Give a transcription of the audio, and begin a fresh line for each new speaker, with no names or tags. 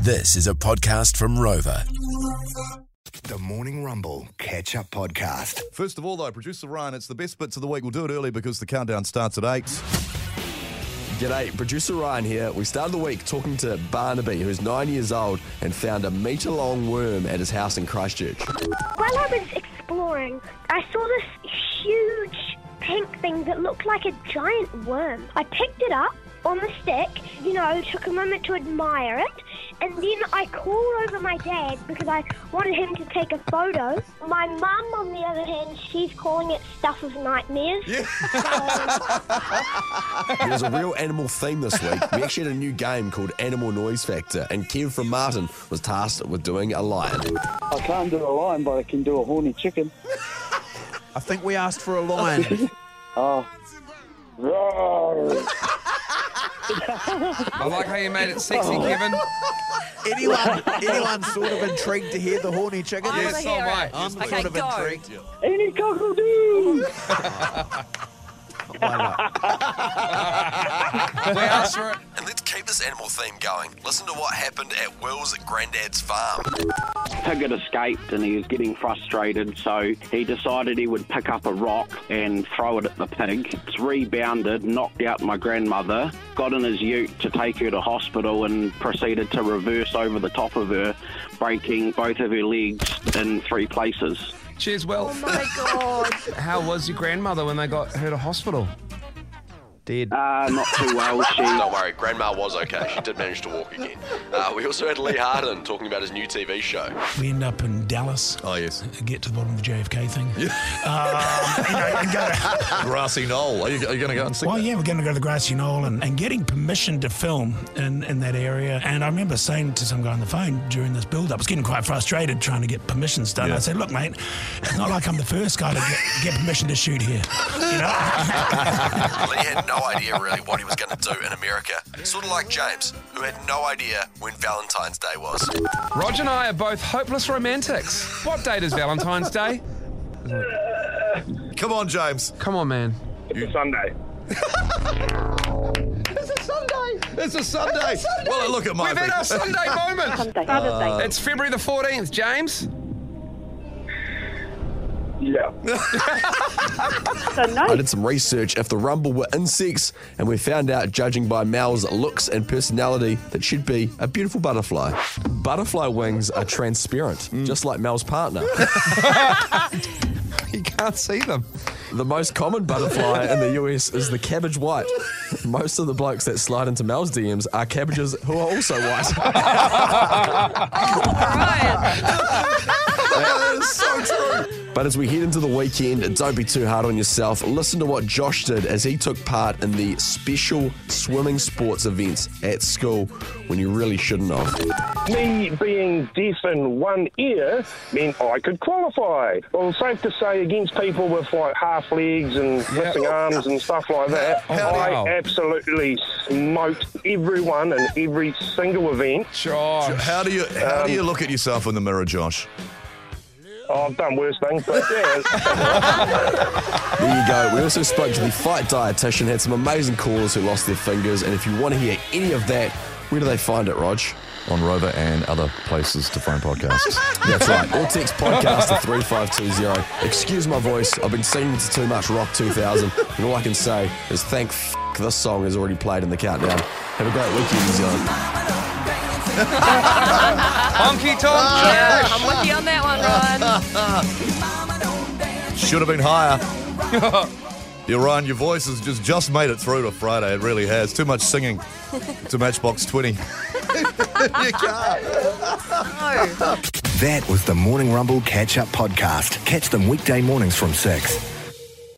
This is a podcast from Rover.
The Morning Rumble Catch Up Podcast.
First of all, though, producer Ryan, it's the best bits of the week. We'll do it early because the countdown starts at eight.
G'day, producer Ryan here. We started the week talking to Barnaby, who's nine years old and found a metre long worm at his house in Christchurch.
While I was exploring, I saw this huge pink thing that looked like a giant worm. I picked it up on the stick, you know, took a moment to admire it, and then I called over my dad because I wanted him to take a photo. My mum, on the other hand, she's calling it stuff of nightmares.
There's a real animal theme this week. We actually had a new game called Animal Noise Factor, and Kev from Martin was tasked with doing a lion.
I can't do a lion, but I can do a horny chicken.
I think we asked for a lion.
Roar.
I like how you made it sexy, Kevin.
anyone, anyone sort of intrigued to hear the horny chicken?
I yes, all right.
I'm
okay,
sort of
go.
intrigued.
Any cockle do.
Why not?
We asked for it.
And let's keep this animal theme going. Listen to what happened at Will's granddad's farm.
pig had escaped and he was getting frustrated, so he decided he would pick up a rock and throw it at the pig. It's rebounded, knocked out my grandmother, got in his ute to take her to hospital and proceeded to reverse over the top of her, breaking both of her legs in three places.
Cheers, Will. Oh my god. How was your grandmother when they got her to hospital?
Dead.
Uh, not too well, she.
Don't worry, Grandma was okay. She did manage to walk again. Uh, we also had Lee Hardin talking about his new TV show.
We end up in Dallas,
Oh, yes.
get to the bottom of the JFK thing. Um, you know, and go to-
Grassy Knoll. Are you, are you going to go and see
well,
that?
yeah, we're going to go to the grassy knoll and, and getting permission to film in, in that area. And I remember saying to some guy on the phone during this build up, I was getting quite frustrated trying to get permissions done. I said, Look, mate, it's not like I'm the first guy to get, get permission to shoot here. You know?
Lee had no idea really what he was going to do in America. Sort of like James, who had no idea when Valentine's Day was.
Roger and I are both hopeless romantics. What date is Valentine's Day?
Come on, James.
Come on, man.
Sunday.
It's
It's a
a Sunday.
Sunday. Well, look at my
We've had our Sunday moment. It's February the 14th, James.
Yeah.
I did some research if the Rumble were insects, and we found out, judging by Mal's looks and personality, that she'd be a beautiful butterfly. Butterfly wings are transparent, just like Mal's partner.
You can't see them.
the most common butterfly in the US is the cabbage white. Most of the blokes that slide into Mal's DMs are cabbages who are also white.
That is so true.
But as we head into the weekend, don't be too hard on yourself. Listen to what Josh did as he took part in the special swimming sports events at school when you really shouldn't have.
Me being deaf in one ear meant I could qualify. Well, safe to say, against people with like half legs and missing arms and stuff like that,
Oh,
Wow.
I absolutely smoked everyone in every single event. Um,
Josh.
How do you how do you look at yourself in the mirror, Josh?
Oh, I've done worse things, but yeah.
There you go. We also spoke to the fight dietitian, had some amazing callers who lost their fingers. And if you want to hear any of that, where do they find it, Rog?
On Rover and other places to find podcasts.
That's right. Or text podcast to 3520. Excuse my voice. I've been singing to too much Rock 2000. And all I can say is thank f- this song is already played in the countdown. Have a great weekend, New Zealand.
Honky Tonk.
Yeah, I'm with you on that one, Ryan.
Should have been higher. You're Ryan, your voice has just, just made it through to Friday. It really has. Too much singing to Matchbox 20. you can't.
That was the Morning Rumble Catch Up Podcast. Catch them weekday mornings from 6.